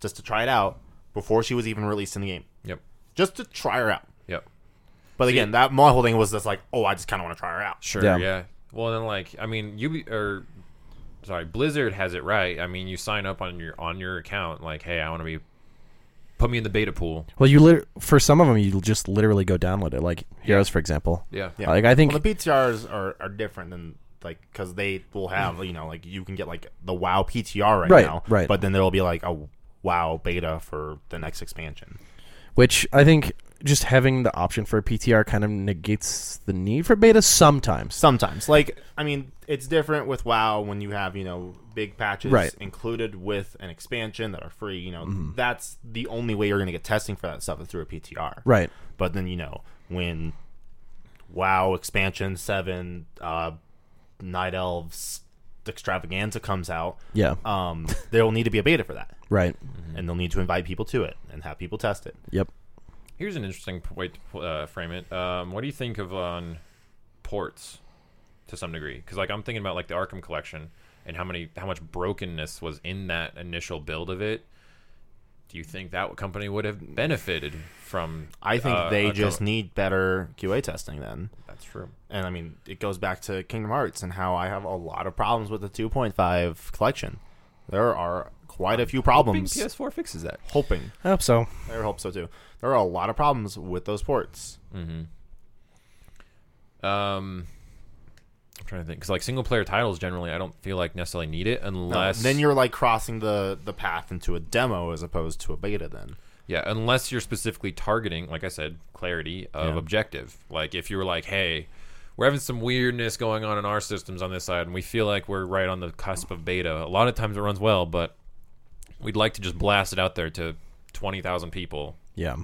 just to try it out before she was even released in the game,
Yep.
just to try her out.
Yep.
But again, that model thing was just like, oh, I just kind of want to try her out.
Sure.
Yeah.
Yeah. Well, then like I mean, you or sorry, Blizzard has it right. I mean, you sign up on your on your account like, hey, I want to be put me in the beta pool.
well, you lit- for some of them you just literally go download it, like Heroes for example.
Yeah.
Yeah.
Like I think
Well, the PTRs are, are different than like because they will have you know like you can get like the WoW PTR right,
Right,
now,
right.
But then there will be like a WoW beta for the next expansion.
which I think just having the option for a PTR kind of negates the need for beta sometimes.
Sometimes, like I mean, it's different with WoW when you have you know big patches
Right. Mm-hmm.
included with an expansion that are free. You know, that's the only way you're going to get testing for that stuff is through a PTR.
Right.
But then you know when WoW expansion seven, uh, Night Elves extravaganza comes out,
Yeah.
Uh,
um, there will need to be a beta for that,
Right.
mm.
and they'll need to invite people to it and have people test it.
Yep.
Here's an interesting p- way to uh, frame it. Um, what do you think of on ports to some degree? Because like I'm thinking about like the Arkham collection and how many how much brokenness was in that initial build of it. Do you think that company would have benefited from?
I think
uh,
they
a
just
co-
need better QA testing then.
that's true.
And I mean, it goes back to Kingdom Hearts and how I have a lot of problems with the 2.5 collection. There are quite a few problems.
Hoping PS4 fixes that.
Hoping.
I hope so.
I hope so too. There are a lot of problems with those ports.
Um, I'm trying to think because like single player titles generally I don't feel like necessarily need it unless
Uh, Then you're like crossing the the path into a demo as opposed to a beta then.
Yeah, unless you're specifically targeting, like I said, clarity of objective. Like if you were like, hey, we're having some weirdness going on in our systems on this side, and we feel like we're right on the cusp of beta. A lot of times it runs well, but we'd like to just blast it out there to 20,000 people.
Yeah.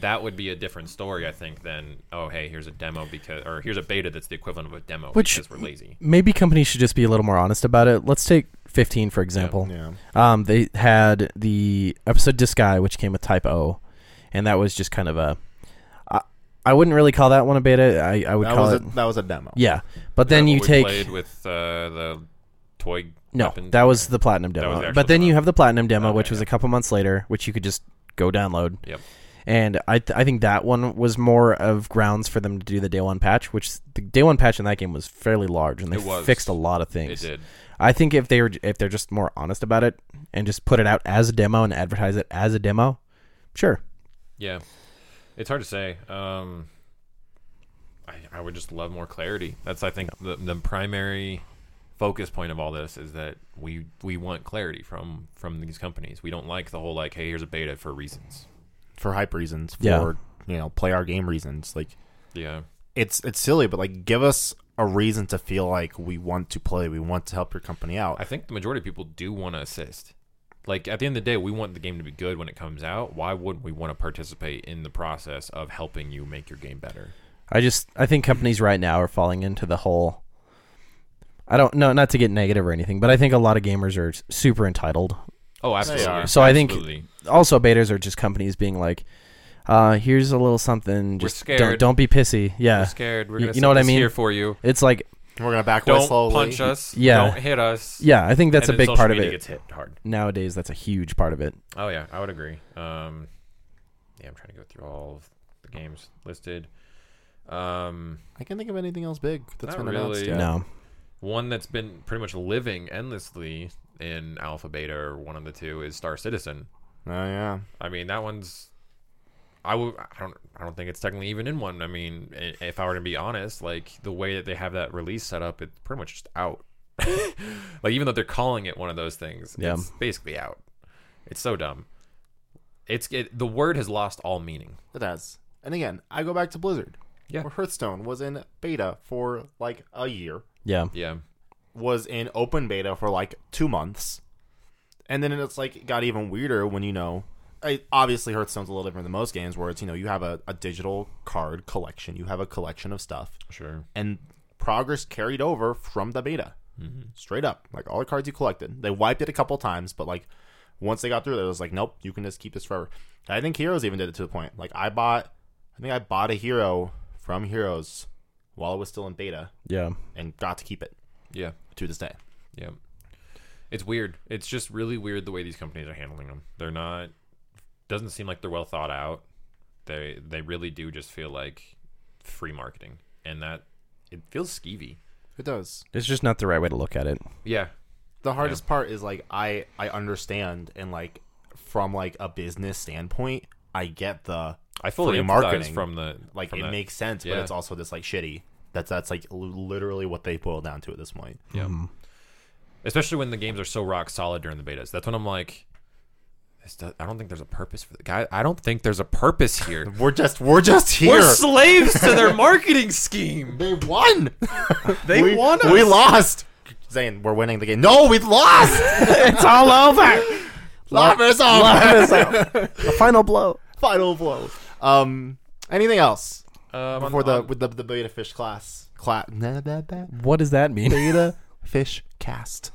That would be a different story, I think, than, oh, hey, here's a demo because, or here's a beta that's the equivalent of a demo
Which-
because we're lazy.
Maybe companies should just be a little more honest about it. Let's take 15 for example.
Yeah.
Um, they had the episode Disc Eye, which came with Type O, and that was just kind of a. I, I wouldn't really call that one a beta. I, I would
That
call
was a,
it.
that was a demo.
yeah, but then
Is that
you
what we
take
played with uh, the toy.
no.
weapon?
That was the platinum
was the
demo.
actual
But then
demo.
you have the platinum demo,
Okay,
which was
yeah.
a couple months later, which you could just go download.
Yep.
And I th- I think that one was more of grounds for them to do the day one patch, which the day one patch in that game was fairly large, and they
It was.
fixed a lot of
It
things.
did.
I think if they were if they're just more honest about it and just put it out as a demo and advertise it as a demo, sure.
Yeah, it's hard to say. Um, I, I would just love more clarity. That's I think the, the primary focus point of all this is that we we want clarity from from these companies. We don't like the whole like, hey, here's a beta for reasons.
For hype reasons, for
Yeah.
you know, play our game reasons. Like
Yeah,
it's it's silly, but like give us a reason to feel like we want to play, we want to help your company out.
I think the majority of people do want to assist. Like at the end of the day, we want the game to be good when it comes out. Why wouldn't we want to participate in the process of helping you make your game better?
I just I think companies right now are falling into the whole I don't no not to get negative or anything, but I think a lot of gamers are s- super entitled.
Oh, absolutely.
are.
So I think-
Absolutely.
Also betas are just companies being like uh here's a little something
We're
just
scared.
don't don't be pissy. Yeah.
we're scared. We're
You-
gonna
you know what I
sit this
mean?
Here for you.
It's like
We're gonna back away
Don't
slowly.
punch us.
Yeah.
Don't hit us.
yeah, I think that's
And
a
then
big
social
part of
media
it.
Gets hit hard.
Nowadays that's a huge part of it.
Oh yeah, I would agree. Um, yeah, I'm trying to go through all of the games listed. Um,
I can't think of anything else big that's
Not
been announced.
really.
yet.
No.
one that's been pretty much living endlessly in alpha, beta, or one of the two is Star Citizen.
Oh yeah.
I mean, that one's. I would. I don't. I don't think it's technically even in one. I mean, i- if I were to be honest, like the way that they have that release set up, it's pretty much just out. like even though they're calling it one of those things,
Yeah.
it's basically out. It's so dumb. It's it, the word has lost all meaning.
It has. And again, I go back to Blizzard.
Yeah.
Where Hearthstone was in beta for like a year,
Yeah.
Yeah.
was in open beta for like two months. And then it's like it got even weirder when you know I, obviously Hearthstone's a little different than most games where it's, you know, you have a, a digital card collection, you have a collection of stuff.
Sure.
and progress carried over from the beta straight up like all the cards you collected they wiped it a couple times but like once they got through it it was like nope you can just keep this forever And i think heroes even did it to the point like i bought i think i bought a hero from heroes while it was still in beta
Yeah.
and got to keep it
Yeah.
to this day
Yeah. It's weird. It's just really weird the way these companies are handling them. They're not doesn't seem like they're well thought out. They they really do just feel like free marketing and that it feels skeevy.
it does
It's just not the right way to look at it.
Yeah.
the hardest part is like i i understand and like from like a business standpoint i get the
I fully
Free
empathize
marketing.
from the
like
from
it
that.
makes sense
Yeah.
but it's also this like shitty That's that's like l- literally what they boil down to at this point.
Yeah. Especially when the games are so rock solid during the betas. That's when I'm like, this does, I don't think there's a purpose for the guy. I don't think there's a purpose here.
We're just we're just here.
We're slaves to their marketing scheme.
they won.
They
we,
want us.
We lost. Zane, we're winning the game. No, we lost.
it's all over.
Love is over.
The final blow.
Final blow. Um, anything else
Um,
before the with the, the beta fish class class beta
What does that mean?
fish cast?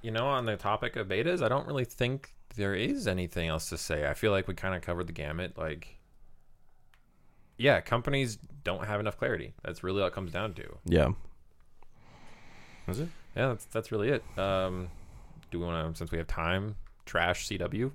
you know, on the topic of betas, I don't really think there is anything else to say. I feel like we kind of covered the gamut. Like, yeah, companies don't have enough clarity. That's really all it comes down to.
Yeah.
Was it?
Yeah, that's that's really it. Um, do we want to, since we have time, trash CW?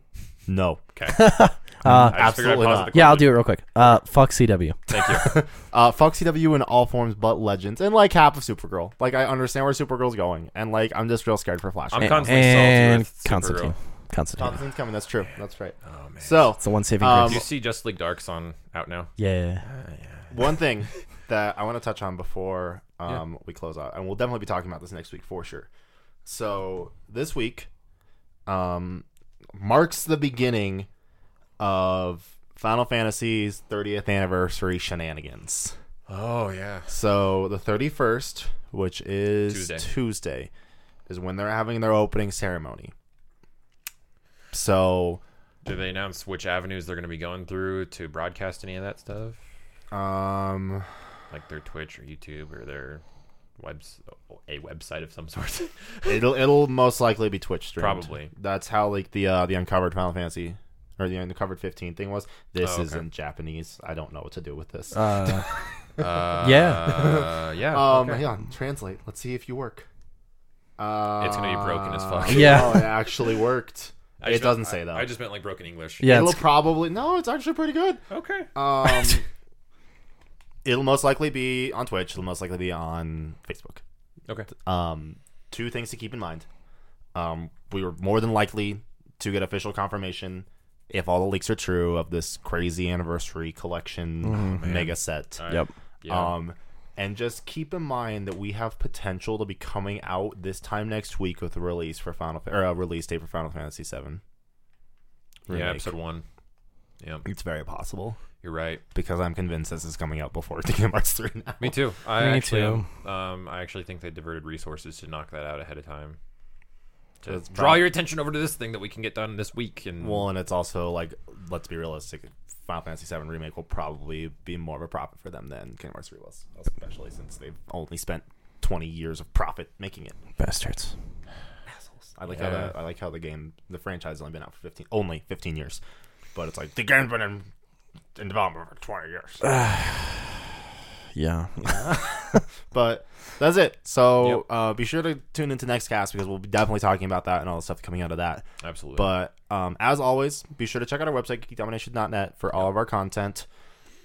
No.
Okay.
Uh,
I just figured I'd
absolutely
pause
not.
it to
Yeah, I'll
quickly-
do it real quick. Uh, fuck CW.
Thank you.
Uh, fuck CW in all forms but Legends and like half of Supergirl. Like I understand where Supergirl's going, and like I'm just real scared for Flash.
I'm
A-
constantly salty
and
with Supergirl.
Constantine. Constantine.
Constantine's coming. That's true. That's right.
Oh man.
So
It's the one saving
Um,
Do you
grace.
see Just League Dark's on out now?
Yeah.
one thing that I want to touch on before um, we close out, and we'll definitely be talking about this next week for sure. So this week um, marks the beginning of Final Fantasy's 30th anniversary shenanigans.
Oh yeah.
So the 31st, which is
Tuesday.
Tuesday, is when they're having their opening ceremony. So
Do they announce which avenues they're going to be going through to broadcast any of that stuff,
um,
like their Twitch or YouTube or their webs a website of some sort?
it'll it'll most likely be Twitch streamed.
Probably.
That's how like the uh, the uncovered Final Fantasy or the uncovered 15 thing was. This
Oh, okay.
is in Japanese. I don't know what to do with this.
Uh,
uh,
Yeah.
yeah.
um,
Oh, okay.
hang on, translate. Let's see if you work. Uh,
It's gonna be broken as fuck.
Yeah.
no, it actually worked.
I
it
just meant-
doesn't say
I-
though.
I just meant like broken English.
yeah.
it'll
It's,
probably no. It's actually pretty good.
Okay.
Um, it'll most likely be on Twitch. It'll most likely be on Facebook.
Okay.
Um, two things to keep in mind. Um, we were more than likely to get official confirmation if all the leaks are true of this crazy anniversary collection mega set.
All right.
yep.
Uh, Yeah.
Um, and just keep in mind that we have potential to be coming out this time next week with a release for Final or a release date for Final Fantasy VII.
yeah.
Remake.
Episode one. Yeah.
It's very possible
You're right.
because I'm convinced this is coming out before Kingdom Hearts three now.
Me too. I
Me
actually,
too.
am. Um, I actually think they diverted resources to knock that out ahead of time. To
That's
draw
prob-
your attention over to this thing that we can get done this week, and
Well, and it's also like, let's be realistic. Final Fantasy VII remake will probably be more of a profit for them than Kingdom Hearts three was, especially since they've only spent twenty years of profit making it.
Bastards.
I like
Yeah.
how the, I like how the game, the franchise, has only been out for fifteen, only fifteen years, but it's like the game's been in, in development for twenty years.
Yeah.
But that's it. So uh, be sure to tune into next cast because we'll be definitely talking about that and all the stuff coming out of that.
absolutely.
But um, as always, be sure to check out our website, geekdomination.net, for all of our content.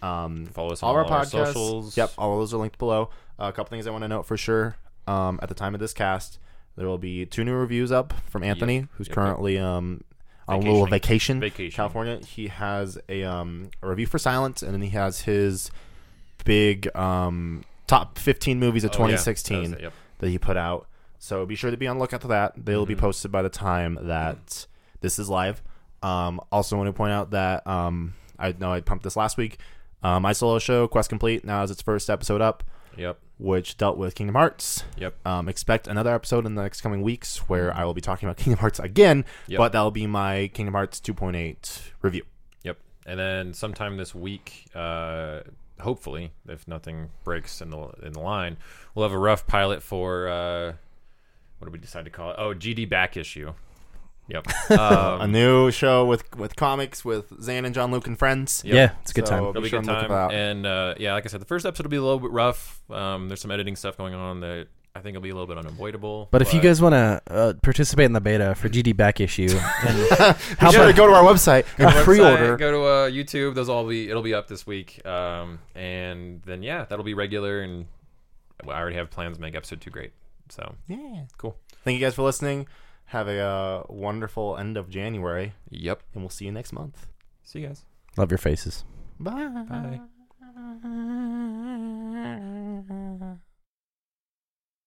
Um,
Follow us on
all of
all
our
our
podcasts.
socials.
Yep, all of those are linked below. a couple things I want to note for sure. Um, at the time of this cast, there will be two new reviews up from Anthony,
Yep,
who's
yep.
currently um, on a little vacation,
Vacationing.
California. He has a, um, a review for Silence, and then he has his big um, top 15 movies of
Oh, yeah. That
2016
was it, yep.
that he put out. So be sure to be on the lookout for that. They'll
Mm-hmm.
be posted by the time that this is live. Um, also, want to point out that um, I know I pumped this last week. Uh, my solo show, Quest Complete, now has its first episode up,
Yep.
which dealt with Kingdom Hearts.
Yep. Mm-hmm.
Um, expect another episode in the next coming weeks where I will be talking about Kingdom Hearts again,
Yep.
but that'll be my Kingdom Hearts 2.8 review.
Yep. And then sometime this week, uh, hopefully, if nothing breaks in the in the line, we'll have a rough pilot for uh, what did we decide to call it? Oh, GD back issue. Yep. Um,
A new show with with comics with Zan and John Luke and friends.
Yep.
Yeah. It's a good
So-
time.
Be
It'll be a
sure
good
to look
time.
for that.
And uh, yeah, like I said, the first episode will be a little bit rough. Um, there's some editing stuff going on that I think will be a little bit unavoidable.
But if you guys want to uh, participate in the beta for GD back issue, and
Be
How
sure to
about-
go to our website and
website,
pre-order.
Go to uh, YouTube. Those all be it'll be up this week. Um, and then yeah, that'll be regular. And well, I already have plans to make episode two great. So
Yeah.
Cool.
Thank you guys for listening. Have a uh, wonderful end of January,
yep.
and we'll see you next month.
See you guys.
love your faces.
Bye.
Bye.
Bye.